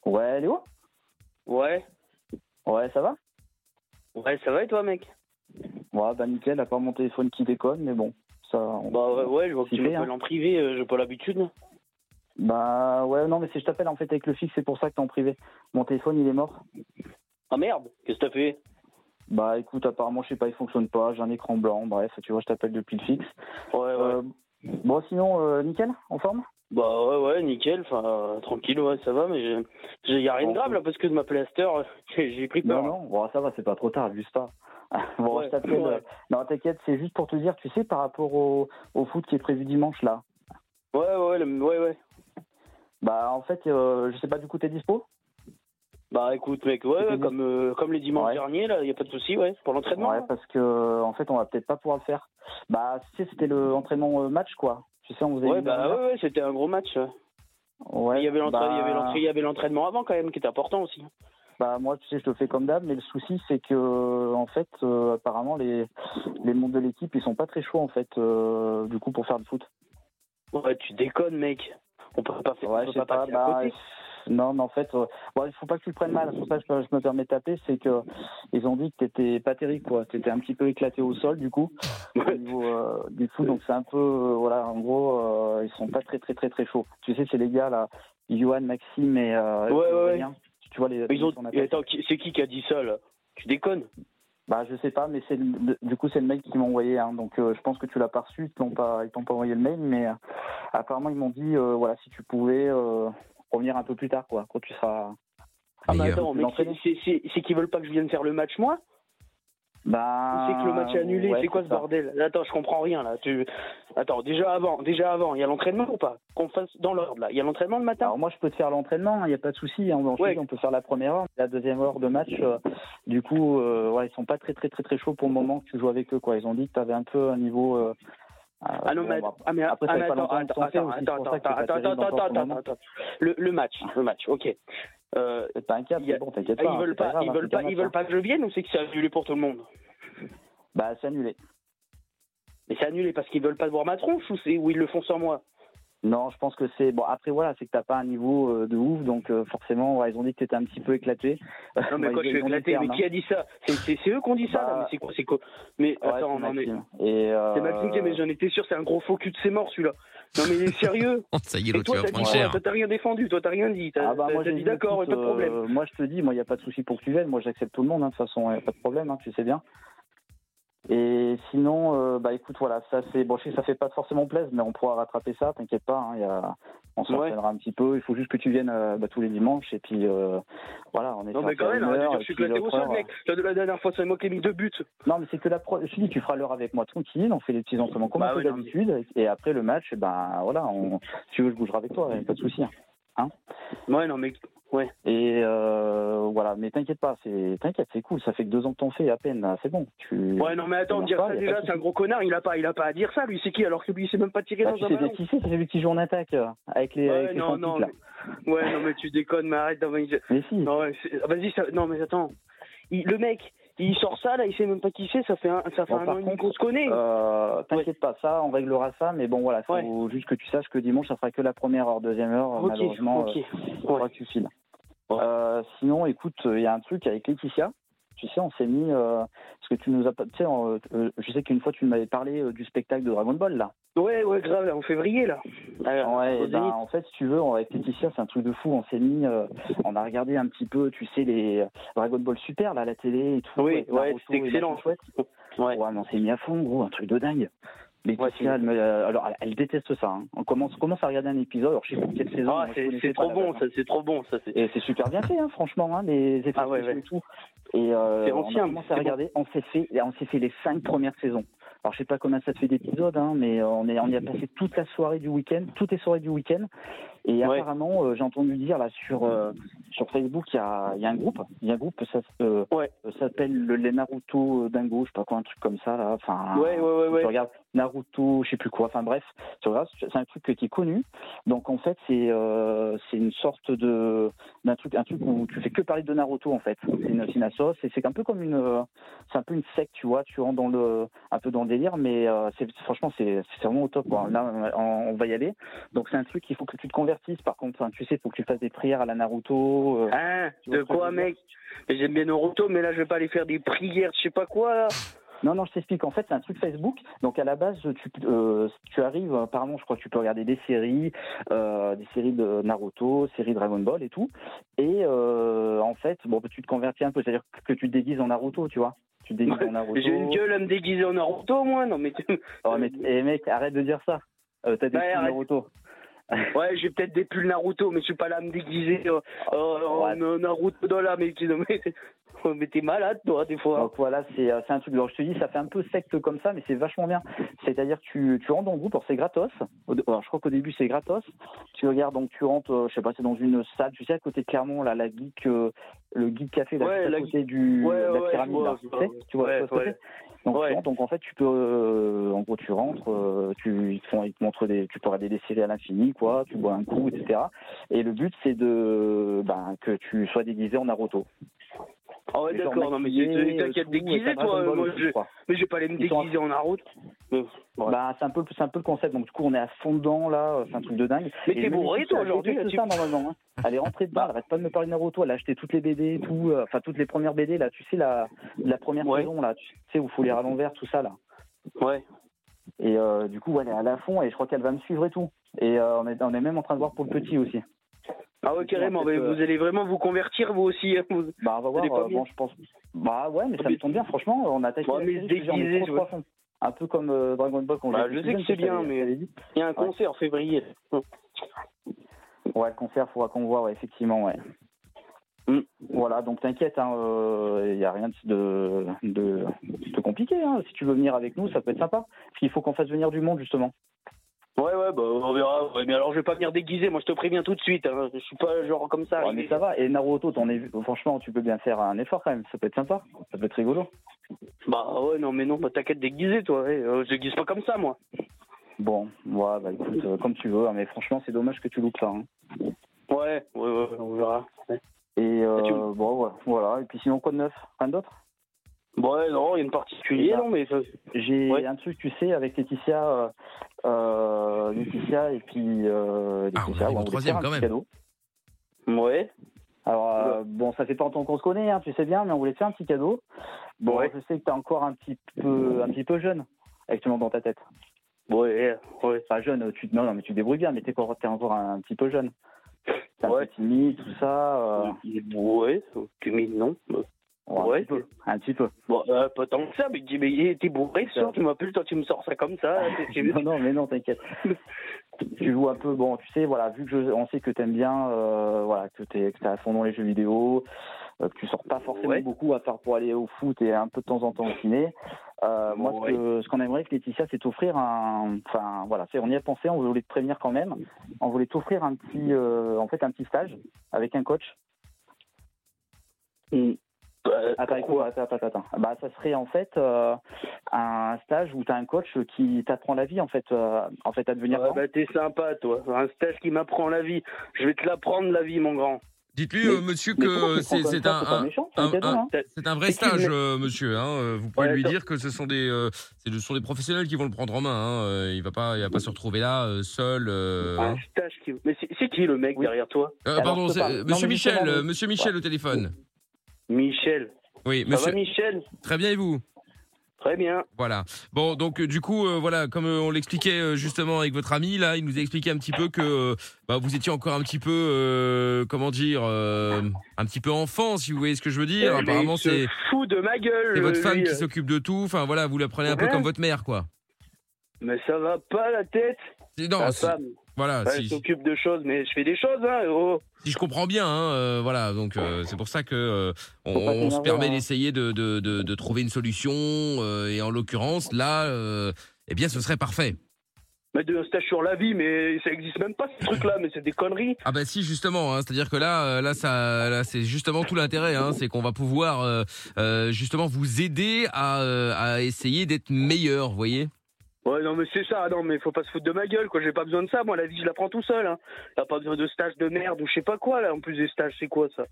[SPEAKER 3] Ouais, Léo.
[SPEAKER 7] Ouais,
[SPEAKER 3] Ouais, ça va.
[SPEAKER 7] ouais, ça va et toi, mec
[SPEAKER 3] Ouais, bah nickel. À part mon téléphone qui déconne, mais bon, ça. on-
[SPEAKER 7] Bah ouais, ouais, je vois que
[SPEAKER 3] Si
[SPEAKER 7] tu
[SPEAKER 3] fait,
[SPEAKER 7] m'appelles
[SPEAKER 3] hein.
[SPEAKER 7] en privé, euh, j'ai pas l'habitude.
[SPEAKER 3] Bah ouais, non, mais si je t'appelle en fait avec le fixe, c'est pour ça que t'es en privé. Mon téléphone, il est mort.
[SPEAKER 7] Ah merde, qu'est-ce que t'as fait
[SPEAKER 3] Bah écoute, apparemment, je sais pas, il fonctionne pas. J'ai un écran blanc. Bref, tu vois, je t'appelle depuis le fixe.
[SPEAKER 7] Ouais, ouais.
[SPEAKER 3] Euh, bon, sinon, euh, nickel, en forme.
[SPEAKER 7] Bah ouais, ouais, nickel, enfin, euh, tranquille, ouais, ça va, mais j'ai- j'ai- y a rien de grave là, parce que de m'appeler à cette heure, j'ai j'ai pris
[SPEAKER 3] Non,
[SPEAKER 7] peur.
[SPEAKER 3] non, bon, ça va, c'est pas trop tard, juste pas. bon,
[SPEAKER 7] Ouais,
[SPEAKER 3] je t'appelle.
[SPEAKER 7] ouais.
[SPEAKER 3] euh, Non, t'inquiète, c'est juste pour te dire, tu sais, par rapport au, au foot qui est prévu dimanche, là.
[SPEAKER 7] Ouais, ouais, le- ouais, ouais.
[SPEAKER 3] Bah, en fait, euh, je sais pas, du coup, t'es dispo
[SPEAKER 7] Bah écoute, mec, ouais, ouais, comme, euh, comme les dimanches
[SPEAKER 3] Ouais.
[SPEAKER 7] derniers, là, y a pas de souci, ouais, pour l'entraînement. hein.
[SPEAKER 3] Ouais,
[SPEAKER 7] là.
[SPEAKER 3] parce que, euh, en fait, on va peut-être pas pouvoir le faire. Bah, tu sais, c'était le entraînement euh, match, quoi. Tu sais, on faisait.
[SPEAKER 7] Ouais,
[SPEAKER 3] une
[SPEAKER 7] bah
[SPEAKER 3] heure.
[SPEAKER 7] ouais, ouais, c'était un gros match. ouais.
[SPEAKER 3] Ouais,
[SPEAKER 7] Il y avait l'entra-
[SPEAKER 3] bah,
[SPEAKER 7] il y avait l'entra- il y avait l'entraînement avant quand même, qui était important aussi.
[SPEAKER 3] Bah, moi, tu sais, je te le fais comme d'hab, mais le souci, c'est que, en fait, euh, apparemment, les, les membres de l'équipe, ils sont pas très chauds, en fait, euh, du coup, pour faire du foot.
[SPEAKER 7] Ouais, tu déconnes, mec. On peut pas faire,
[SPEAKER 3] Ouais,
[SPEAKER 7] on
[SPEAKER 3] je
[SPEAKER 7] peut
[SPEAKER 3] sais
[SPEAKER 7] pas
[SPEAKER 3] pas.
[SPEAKER 7] passer à
[SPEAKER 3] bah,
[SPEAKER 7] côté.
[SPEAKER 3] non, mais en fait, euh, bon, il faut pas que tu le prennes mal. C'est pour ça que je, je me permets de taper, c'est que ils ont dit que t'étais pas terrible, quoi. T'étais un petit peu éclaté au sol, du coup, au niveau euh, du foot. Donc c'est un peu, euh, voilà, en gros, euh, ils sont pas très, très, très, très chauds. Tu sais, c'est les gars là, Johan, Maxime et euh,
[SPEAKER 7] Ouais, ouais, ouais.
[SPEAKER 3] Aurélien. Tu vois les.
[SPEAKER 7] Mais Ils ont...
[SPEAKER 3] qu'on
[SPEAKER 7] Et
[SPEAKER 3] appelle.
[SPEAKER 7] Attends, qui- c'est qui qui a dit ça là Tu déconnes
[SPEAKER 3] Bah, je sais pas, mais c'est le- du coup c'est le mail qu'ils m'ont envoyé. Hein, donc euh, je pense que tu l'as pas reçu. Ils t'ont pas, ils t'ont pas envoyé le mail, mais euh, apparemment ils m'ont dit, euh, voilà, si tu pouvais euh, revenir un peu plus tard, quoi, quand tu seras.
[SPEAKER 7] Ah
[SPEAKER 2] Les
[SPEAKER 7] mais
[SPEAKER 2] gars.
[SPEAKER 7] attends, mais c'est-
[SPEAKER 3] L'entraîner.
[SPEAKER 7] c'est- c'est c'est qu'ils veulent pas que je vienne faire le match moi Ou
[SPEAKER 3] Bah.
[SPEAKER 7] c'est que le match est annulé
[SPEAKER 3] ouais,
[SPEAKER 7] C'est quoi ce
[SPEAKER 3] ça.
[SPEAKER 7] bordel Attends, je comprends rien là. Tu... Attends, déjà avant, déjà avant, il y a l'entraînement ou pas Qu'on fasse dans l'ordre là. Il y a l'entraînement le matin
[SPEAKER 3] Alors moi je peux te faire l'entraînement, il n'y a pas de souci. hein, ensuite,
[SPEAKER 7] Ouais.
[SPEAKER 3] on peut faire la première heure, la deuxième heure de match. euh, du coup, euh, ouais, ils sont pas très très très très chauds pour le moment que tu joues avec eux. Quoi. Ils ont dit que tu avais un peu un niveau. euh,
[SPEAKER 7] Ah non,
[SPEAKER 3] euh,
[SPEAKER 7] mais,
[SPEAKER 3] bon,
[SPEAKER 7] ah, mais,
[SPEAKER 3] après,
[SPEAKER 7] ah,
[SPEAKER 3] ça
[SPEAKER 7] mais
[SPEAKER 3] fait pas
[SPEAKER 7] attends,
[SPEAKER 3] longtemps
[SPEAKER 7] attends,
[SPEAKER 3] qu'ils sont
[SPEAKER 7] attends,
[SPEAKER 3] faits aussi,
[SPEAKER 7] attends,
[SPEAKER 3] c'est pour ça que
[SPEAKER 7] attends,
[SPEAKER 3] c'est pas
[SPEAKER 7] attends,
[SPEAKER 3] terrible encore
[SPEAKER 7] attends,
[SPEAKER 3] pour le
[SPEAKER 7] attends,
[SPEAKER 3] moment.
[SPEAKER 7] attends. Le, le match, le match, ok. Euh,
[SPEAKER 3] c'est pas un câble,
[SPEAKER 7] Il y a-
[SPEAKER 3] mais bon, bah, t'inquiète
[SPEAKER 7] ah,
[SPEAKER 3] pas.
[SPEAKER 7] ils
[SPEAKER 3] hein,
[SPEAKER 7] veulent
[SPEAKER 3] c'est
[SPEAKER 7] pas,
[SPEAKER 3] grave,
[SPEAKER 7] ils
[SPEAKER 3] hein,
[SPEAKER 7] veulent
[SPEAKER 3] c'est qu'un
[SPEAKER 7] pas, ils
[SPEAKER 3] match,
[SPEAKER 7] veulent
[SPEAKER 3] hein.
[SPEAKER 7] pas que je vienne ou c'est que c'est annulé pour tout le monde
[SPEAKER 3] Bah c'est annulé.
[SPEAKER 7] Mais c'est annulé parce qu'ils veulent pas voir ma tronche ou, c'est- ou ils le font sans moi
[SPEAKER 3] Non, je pense que c'est bon. Après voilà, c'est que t'as pas un niveau euh, de ouf, donc euh, forcément, ouais, ils ont dit que t'étais un petit peu éclaté.
[SPEAKER 7] Non mais
[SPEAKER 3] Bah,
[SPEAKER 7] quoi,
[SPEAKER 3] ils-
[SPEAKER 7] je suis
[SPEAKER 3] ils ont dit
[SPEAKER 7] éclaté.
[SPEAKER 3] terme,
[SPEAKER 7] Mais qui a dit ça C'est- C'est c'est eux qui ont dit ça là,
[SPEAKER 3] Bah,
[SPEAKER 7] Mais c'est quoi C'est quoi Mais
[SPEAKER 3] hein. Ouais,
[SPEAKER 7] attends,
[SPEAKER 3] c'est
[SPEAKER 7] non mais
[SPEAKER 3] Maxime. Et, euh,
[SPEAKER 7] c'est Maxime qui est- mais j'en étais sûr. C'est un gros faux cul de ses morts celui-là. Non mais il est sérieux.
[SPEAKER 2] Ça y est,
[SPEAKER 7] Et
[SPEAKER 2] l'autre,
[SPEAKER 7] toi
[SPEAKER 2] tu vas
[SPEAKER 7] t'as dit
[SPEAKER 2] prendre
[SPEAKER 7] quoi
[SPEAKER 2] cher.
[SPEAKER 7] Toi, t'as rien défendu. Toi t'as rien dit. T'as
[SPEAKER 3] Ah bah
[SPEAKER 7] t'as-
[SPEAKER 3] moi
[SPEAKER 7] t'as
[SPEAKER 3] j'ai
[SPEAKER 7] dit d'accord,
[SPEAKER 3] écoute,
[SPEAKER 7] pas de problème.
[SPEAKER 3] euh, moi je te dis, moi il n'y a pas de souci pour que tu viennes, moi j'accepte tout le monde, hein, de toute façon, il a pas de problème, hein, tu sais bien. Et sinon, euh, bah écoute, voilà, ça c'est. Bon, je sais que ça fait pas forcément plaisir, mais on pourra rattraper ça, t'inquiète pas, hein, il y a... on se
[SPEAKER 7] Ouais.
[SPEAKER 3] rappellera un petit peu, il faut juste que tu viennes euh, bah, tous les dimanches, et puis euh, voilà, on est
[SPEAKER 7] Non mais quand même, arrête de dire que je suis éclaté au sol, mec.
[SPEAKER 3] hein.
[SPEAKER 7] La, la dernière fois, c'est moi qui ai mis deux buts.
[SPEAKER 3] Non, mais c'est que la pro... Je te dis, tu feras l'heure avec moi tranquille, on fait les petits entraînements comme
[SPEAKER 7] Bah
[SPEAKER 3] on fait
[SPEAKER 7] ouais, non, mais-
[SPEAKER 3] d'habitude, et après le match, eh ben voilà, on... si tu veux, je bougerai avec toi, y a pas de souci. hein.
[SPEAKER 7] Ouais, non mais
[SPEAKER 3] Et euh, voilà, mais t'inquiète pas, c'est t'inquiète, c'est cool, ça fait que deux ans que t'en fais à peine, là, c'est bon. Tu,
[SPEAKER 7] ouais, non mais attends,
[SPEAKER 3] Non,
[SPEAKER 7] dire
[SPEAKER 3] pas,
[SPEAKER 7] ça
[SPEAKER 3] y a pas
[SPEAKER 7] déjà,
[SPEAKER 3] de
[SPEAKER 7] c'est un
[SPEAKER 3] souci.
[SPEAKER 7] gros connard. Il a pas, il a pas à dire ça. Lui, c'est qui alors que lui, il s'est même pas tiré
[SPEAKER 3] Bah,
[SPEAKER 7] dans
[SPEAKER 3] tu
[SPEAKER 7] un
[SPEAKER 3] sais bien
[SPEAKER 7] ballon.
[SPEAKER 3] qui c'est, c'est celui qui joue en attaque euh, avec les,
[SPEAKER 7] Ouais,
[SPEAKER 3] avec les
[SPEAKER 7] non,
[SPEAKER 3] fantiques,
[SPEAKER 7] non,
[SPEAKER 3] là.
[SPEAKER 7] Ouais, non mais tu déconnes, mais arrête d'avoir.
[SPEAKER 3] Mais si,
[SPEAKER 7] Non, ouais, c'est- ah, vas-y, ça- non, mais attends. Il- le mec, il sort ça, là, il sait même pas qui c'est, ça fait un, ça fait
[SPEAKER 3] Bon,
[SPEAKER 7] un
[SPEAKER 3] par
[SPEAKER 7] an et demi
[SPEAKER 3] contre,
[SPEAKER 7] qu'on se connaît.
[SPEAKER 3] euh, t'inquiète pas, ça, on réglera ça, mais bon voilà, faut
[SPEAKER 7] Ouais.
[SPEAKER 3] juste que tu saches que dimanche, ça fera que la première heure, deuxième heure,
[SPEAKER 7] ok,
[SPEAKER 3] malheureusement,
[SPEAKER 7] ok.
[SPEAKER 3] euh, faudra
[SPEAKER 7] Ouais.
[SPEAKER 3] que tu files.
[SPEAKER 7] Ouais.
[SPEAKER 3] Euh, sinon, écoute, il y a un truc avec Laetitia. Tu sais, on s'est mis euh, parce que tu nous as, pas- tu sais, on- euh, je sais qu'une fois tu m'avais parlé euh, du spectacle de Dragon Ball là.
[SPEAKER 7] ouais, ouais, grave, là, en février, là. Alors,
[SPEAKER 3] Ouais,
[SPEAKER 7] au
[SPEAKER 3] et ben,
[SPEAKER 7] Zénith.
[SPEAKER 3] en fait, si tu veux, on- avec Laetitia, c'est un truc de fou. On s'est mis, euh, on a regardé un petit peu, tu sais, les Dragon Ball Super, là, à la télé et tout.
[SPEAKER 7] Oui,
[SPEAKER 3] avec
[SPEAKER 7] ouais,
[SPEAKER 3] Naruto
[SPEAKER 7] c'était
[SPEAKER 3] et
[SPEAKER 7] excellent.
[SPEAKER 3] machin chouette.
[SPEAKER 7] Ouais.
[SPEAKER 3] Ouais, mais on s'est mis à fond, gros, un truc de dingue. Mais Christina, elle, me- euh, alors, elle- elle déteste ça. hein. On, commence, on commence à regarder un épisode, alors je sais pas quelle saison.
[SPEAKER 7] Ah,
[SPEAKER 3] moi, je
[SPEAKER 7] c'est
[SPEAKER 3] connaissais
[SPEAKER 7] c'est
[SPEAKER 3] pas
[SPEAKER 7] trop
[SPEAKER 3] la
[SPEAKER 7] bon,
[SPEAKER 3] base,
[SPEAKER 7] ça,
[SPEAKER 3] hein.
[SPEAKER 7] c'est trop bon, ça. c'est-
[SPEAKER 3] Et c'est super bien fait, hein, franchement, hein, les effets
[SPEAKER 7] Ah ouais,
[SPEAKER 3] spéciaux
[SPEAKER 7] ouais.
[SPEAKER 3] et tout. Et euh,
[SPEAKER 7] C'est
[SPEAKER 3] on
[SPEAKER 7] ancien,
[SPEAKER 3] a
[SPEAKER 7] mais
[SPEAKER 3] commencé
[SPEAKER 7] c'est
[SPEAKER 3] à regarder, on s'est fait, et on s'est fait les cinq premières saisons. Alors je sais pas combien ça fait d'épisodes, hein, mais euh, on, est, on y a passé toute la soirée du week-end, toutes les soirées du week-end. Et
[SPEAKER 7] Ouais.
[SPEAKER 3] apparemment, euh, j'ai entendu dire là sur euh, sur Facebook, il y a, il y a un groupe, il y a un groupe, ça s- euh,
[SPEAKER 7] Ouais.
[SPEAKER 3] euh, s'appelle le- les Naruto Dingo, je sais pas quoi, un truc comme ça là. Enfin,
[SPEAKER 7] Ouais, ouais, ouais, ouais.
[SPEAKER 3] euh, tu regardes Naruto, je sais plus quoi, enfin bref, tu regardes, c'est un truc qui est connu. Donc en fait, c'est euh, c'est une sorte de d'un truc, un truc où tu fais que parler de Naruto en fait. C'est une, c'est une asso, c'est c'est un peu comme une, euh, c'est un peu une secte, tu vois, tu rentres dans le, un peu dans le délire, mais euh, c'est franchement c'est c'est vraiment au top. quoi. Là, on, on va y aller. Donc c'est un truc qu'il faut que tu te convertisses. Par contre, Enfin, tu sais, il faut que tu fasses des prières à la Naruto. euh,
[SPEAKER 7] Hein
[SPEAKER 3] tu vois
[SPEAKER 7] De
[SPEAKER 3] ce que je
[SPEAKER 7] quoi,
[SPEAKER 3] veux dire
[SPEAKER 7] mec Mais J'aime bien Naruto, mais là, je vais pas aller faire des prières, je sais pas quoi, là.
[SPEAKER 3] Non, non, je t'explique. En fait, c'est un truc Facebook. Donc, à la base, tu, euh, tu arrives, euh, apparemment, je crois que tu peux regarder des séries, euh, des séries de Naruto, séries Dragon Ball et tout. Et euh, en fait, bon, bah, tu te convertis un peu, c'est-à-dire que tu te déguises en Naruto, tu vois. Tu te déguises en Naruto.
[SPEAKER 7] J'ai une gueule à me déguiser en Naruto, moi. Non, mais.
[SPEAKER 3] Oh, mais, eh, mec, arrête de dire ça. Euh, T'as des
[SPEAKER 7] Ouais,
[SPEAKER 3] petits
[SPEAKER 7] arrête.
[SPEAKER 3] Naruto.
[SPEAKER 7] Ouais, j'ai peut-être des pulls Naruto, mais je suis pas là à me déguiser euh, euh, en
[SPEAKER 3] Ouais.
[SPEAKER 7] euh, Naruto dans la. Mais, non, mais, mais t'es malade, toi, des fois.
[SPEAKER 3] Donc voilà, c'est euh, c'est un truc. Alors je te dis, ça fait un peu secte comme ça, mais c'est vachement bien. C'est-à-dire que tu, tu rentres dans le groupe, alors c'est gratos. Au dé- alors, je crois qu'au début c'est gratos. Tu regardes, donc tu rentres, euh, je sais pas, c'est dans une salle, tu sais, à côté de Clermont, là, la geek, euh, le geek café, là,
[SPEAKER 7] Ouais,
[SPEAKER 3] juste à
[SPEAKER 7] la
[SPEAKER 3] côté du,
[SPEAKER 7] Ouais,
[SPEAKER 3] de la
[SPEAKER 7] ouais, je
[SPEAKER 3] pyramide,
[SPEAKER 7] vois,
[SPEAKER 3] là,
[SPEAKER 7] je
[SPEAKER 3] tu
[SPEAKER 7] vois,
[SPEAKER 3] sais, tu vois,
[SPEAKER 7] ouais,
[SPEAKER 3] tu vois ce que
[SPEAKER 7] ouais.
[SPEAKER 3] c'est donc, tu
[SPEAKER 7] Ouais.
[SPEAKER 3] rentres, donc en fait, tu peux, euh, en gros, tu rentres, euh, tu ils te font, ils te montrent des, tu peux regarder des séries à l'infini, quoi, tu bois un coup, etc. Et le but, c'est de, ben, que tu sois déguisé en Naruto.
[SPEAKER 7] Ah ouais,
[SPEAKER 3] Les gens
[SPEAKER 7] d'accord, non, mais
[SPEAKER 3] maquillés,
[SPEAKER 7] c'est- t'as
[SPEAKER 3] euh,
[SPEAKER 7] qu'à te
[SPEAKER 3] tout,
[SPEAKER 7] déguiser,
[SPEAKER 3] t'as
[SPEAKER 7] toi.
[SPEAKER 3] Dragon
[SPEAKER 7] euh,
[SPEAKER 3] Ball
[SPEAKER 7] Moi,
[SPEAKER 3] aussi,
[SPEAKER 7] je...
[SPEAKER 3] je crois.
[SPEAKER 7] Mais je vais pas aller me
[SPEAKER 3] Ils sont
[SPEAKER 7] déguiser en Naruto. Ouais.
[SPEAKER 3] Bah, c'est un peu, c'est un peu le concept. Donc du coup, on est à fond dedans là. C'est un truc de dingue.
[SPEAKER 7] Mais
[SPEAKER 3] Et
[SPEAKER 7] t'es
[SPEAKER 3] le
[SPEAKER 7] bourré,
[SPEAKER 3] magnifique,
[SPEAKER 7] toi,
[SPEAKER 3] elle
[SPEAKER 7] aujourd'hui,
[SPEAKER 3] déteste
[SPEAKER 7] là, tu- Bah.
[SPEAKER 3] ça, normalement. hein. Elle est rentrée dedans. Elle arrête pas de me parler de Naruto. Elle a acheté toutes les BD, et tout. euh, Enfin, toutes les premières BD là. Tu sais la, la première
[SPEAKER 7] Ouais.
[SPEAKER 3] saison là. Tu sais où faut lire à l'envers, tout ça là.
[SPEAKER 7] Ouais.
[SPEAKER 3] Et euh, du coup, elle est à la fond et je crois qu'elle va me suivre et tout. Et euh, on, est, on est même en train de voir pour le petit aussi.
[SPEAKER 7] Ah ouais,
[SPEAKER 3] Ils sont
[SPEAKER 7] carrément,
[SPEAKER 3] en
[SPEAKER 7] mais
[SPEAKER 3] fait, euh,
[SPEAKER 7] vous allez vraiment vous convertir, vous aussi. hein, vous-
[SPEAKER 3] Bah, on va voir.
[SPEAKER 7] Elle est pas
[SPEAKER 3] euh,
[SPEAKER 7] bien. Ah,
[SPEAKER 3] bon, je pense. Bah ouais, mais ça me tombe bien. Franchement, on attaque.
[SPEAKER 7] Ouais, mais déguisé, je vois.
[SPEAKER 3] Un peu comme euh, Dragon Ball quand
[SPEAKER 7] Bah,
[SPEAKER 3] j'étais
[SPEAKER 7] je
[SPEAKER 3] plus
[SPEAKER 7] sais
[SPEAKER 3] jeune,
[SPEAKER 7] que c'est
[SPEAKER 3] je t'avais-
[SPEAKER 7] bien, mais-
[SPEAKER 3] je t'avais dit.
[SPEAKER 7] Il y a un concert en février.
[SPEAKER 3] Ouais, le concert, faudra qu'on voit, ouais, effectivement, ouais. Hum,
[SPEAKER 7] Mm.
[SPEAKER 3] Voilà, donc t'inquiète, il hein, n'y a rien de, de, de compliqué. hein. Si tu veux venir avec nous, ça peut être sympa. Parce qu'il faut qu'on fasse venir du monde, justement.
[SPEAKER 7] Ouais, ouais, bah on verra. Ouais, mais alors, je vais pas venir déguisé, moi, je te préviens tout de suite. hein. Je suis pas genre comme ça.
[SPEAKER 3] Ouais, Ah, mais ça va. Et Naruto, t'en es, franchement, tu peux bien faire un effort quand même. Ça peut être sympa. Ça peut être rigolo.
[SPEAKER 7] Bah ouais, non, mais non, bah, t'inquiète, déguisé, toi. ouais. Euh, je déguise pas comme ça, moi.
[SPEAKER 3] Bon, ouais, bah écoute, euh, comme tu veux. hein, mais franchement, c'est dommage que tu loupes ça. hein.
[SPEAKER 7] Ouais, ouais, ouais, on verra.
[SPEAKER 3] Et euh,
[SPEAKER 7] Bah, tu-
[SPEAKER 3] bon, ouais, voilà. Et puis sinon, quoi de neuf Rien d'autre
[SPEAKER 7] Ouais, non, rien de particulier,
[SPEAKER 3] Et là-
[SPEAKER 7] non, mais ça-
[SPEAKER 3] J'ai
[SPEAKER 7] Ouais.
[SPEAKER 3] un truc, tu sais, avec Laetitia, euh, euh, Laetitia et puis euh,
[SPEAKER 2] Ah, on
[SPEAKER 3] Laetitia,
[SPEAKER 2] arrive au
[SPEAKER 3] on
[SPEAKER 2] troisième,
[SPEAKER 3] va faire un
[SPEAKER 2] quand
[SPEAKER 3] petit
[SPEAKER 2] même.
[SPEAKER 3] cadeau.
[SPEAKER 7] Ouais.
[SPEAKER 3] Alors euh, bon, ça fait pas longtemps qu'on se connaît, hein, tu sais bien, mais on voulait te faire un petit cadeau. Bon,
[SPEAKER 7] Ouais.
[SPEAKER 3] je sais que t'es encore un petit peu, un petit peu jeune actuellement dans ta tête.
[SPEAKER 7] Ouais, ouais.
[SPEAKER 3] Enfin jeune, tu non, non, mais tu te débrouilles bien, mais t'es encore, t'es encore un petit peu jeune. T'es un
[SPEAKER 7] Ouais.
[SPEAKER 3] peu timide, tout ça.
[SPEAKER 7] bah,
[SPEAKER 3] euh,
[SPEAKER 7] Ouais, timide, non. bah, Ouais.
[SPEAKER 3] Un petit peu. Un petit peu.
[SPEAKER 7] Bon, euh, pas tant que ça, mais, mais t'es bourré, ce soir, tu m'appelles, toi, tu me sors ça comme ça. c'est- c'est-
[SPEAKER 3] non, non, mais non, t'inquiète. tu joues un peu, bon, tu sais, voilà, vu que je- on sait que t'aimes bien, euh, voilà, que t'es que t'es à fond dans les jeux vidéo, euh, que tu sors pas forcément
[SPEAKER 7] Ouais.
[SPEAKER 3] beaucoup à part pour aller au foot et un peu de temps en temps au ciné. Euh, moi, ce
[SPEAKER 7] Ouais.
[SPEAKER 3] que- ce qu'on aimerait avec Laetitia, c'est t'offrir un, enfin, voilà, c'est on y a pensé, on voulait te prévenir quand même, on voulait t'offrir un petit, euh, en fait, un petit stage avec un coach.
[SPEAKER 7] Euh,
[SPEAKER 3] Attends, écoute, attends, attends, attends. Bah, ça serait en fait euh, un stage où tu as un coach qui t'apprend la vie en fait, euh, en fait à devenir
[SPEAKER 7] Ah
[SPEAKER 3] grand.
[SPEAKER 7] bah t'es sympa toi, un stage qui m'apprend la vie. Je vais te l'apprendre la vie mon grand.
[SPEAKER 2] Dites-lui,
[SPEAKER 3] Mais-
[SPEAKER 2] euh, monsieur,
[SPEAKER 3] Mais comment
[SPEAKER 2] que
[SPEAKER 3] tu prends
[SPEAKER 2] c'est
[SPEAKER 3] comme
[SPEAKER 2] c'est
[SPEAKER 3] ça
[SPEAKER 2] un,
[SPEAKER 3] C'est pas
[SPEAKER 2] un-
[SPEAKER 3] méchant, c'est un
[SPEAKER 2] un-
[SPEAKER 3] cadeau,
[SPEAKER 2] un-
[SPEAKER 3] hein.
[SPEAKER 2] c'est un vrai
[SPEAKER 7] C'est qu'il
[SPEAKER 2] stage,
[SPEAKER 7] met-
[SPEAKER 2] euh, monsieur. hein, euh, Vous pouvez
[SPEAKER 7] Ouais,
[SPEAKER 2] lui
[SPEAKER 7] attends.
[SPEAKER 2] dire que ce sont des, euh, c'est- ce sont des professionnels qui vont le prendre en main. hein, euh, Il va pas, il va pas se retrouver là euh, seul. euh, hein.
[SPEAKER 7] Un stage qui... Mais c'est- c'est qui le mec
[SPEAKER 3] Oui.
[SPEAKER 7] derrière toi
[SPEAKER 2] Euh,
[SPEAKER 3] Alors,
[SPEAKER 2] pardon,
[SPEAKER 3] je te
[SPEAKER 2] c'est-
[SPEAKER 3] parle.
[SPEAKER 2] euh,
[SPEAKER 3] Non,
[SPEAKER 2] monsieur
[SPEAKER 3] mais justement,
[SPEAKER 2] Michel, euh,
[SPEAKER 3] oui.
[SPEAKER 2] monsieur Michel au téléphone.
[SPEAKER 7] Michel.
[SPEAKER 2] Oui,
[SPEAKER 7] Ça
[SPEAKER 2] monsieur.
[SPEAKER 7] va Michel
[SPEAKER 2] Très bien et vous
[SPEAKER 7] Très bien.
[SPEAKER 2] Voilà. Bon, donc euh, du coup, euh, voilà, comme euh, on l'expliquait euh, justement avec votre ami, là, il nous a expliqué un petit peu que euh, bah, vous étiez encore un petit peu, euh, comment dire, euh, un petit peu enfant, si vous voyez ce que je veux dire.
[SPEAKER 7] Eh, Mais
[SPEAKER 2] Apparemment,
[SPEAKER 7] il se
[SPEAKER 2] c'est
[SPEAKER 7] fout de ma gueule.
[SPEAKER 2] c'est votre
[SPEAKER 7] lui.
[SPEAKER 2] femme qui s'occupe de tout. Enfin, voilà, vous la prenez un peu
[SPEAKER 7] Ouais.
[SPEAKER 2] comme votre mère, quoi.
[SPEAKER 7] Mais ça va pas la tête
[SPEAKER 2] C'est- Non,
[SPEAKER 7] La
[SPEAKER 2] Ah, si-
[SPEAKER 7] femme,
[SPEAKER 2] voilà,
[SPEAKER 7] elle
[SPEAKER 2] si,
[SPEAKER 7] s'occupe de choses, mais je fais des choses, hein, oh.
[SPEAKER 2] si je comprends bien, hein, euh, voilà, donc euh, c'est pour ça que euh, on,
[SPEAKER 3] Faut pas
[SPEAKER 2] on se
[SPEAKER 3] s'énerver,
[SPEAKER 2] permet
[SPEAKER 3] hein.
[SPEAKER 2] d'essayer de, de, de, de trouver une solution, euh, et en l'occurrence, là, euh, eh bien, ce serait parfait.
[SPEAKER 7] Mais de un stage sur la vie, mais ça existe même pas ce truc-là, mais c'est des conneries.
[SPEAKER 2] Ah bah si justement, hein, c'est-à-dire que là, euh, là, ça, là, c'est justement tout l'intérêt, hein, c'est qu'on va pouvoir euh, euh, justement vous aider à, euh, à essayer d'être meilleur, vous voyez.
[SPEAKER 7] Ouais, non, mais c'est ça, non, mais faut pas se foutre de ma gueule, quoi. J'ai pas besoin de ça, moi, la vie, je la prends tout seul, hein. T'as pas besoin de stage de merde ou je sais pas quoi, là. En plus, des stages, c'est quoi ça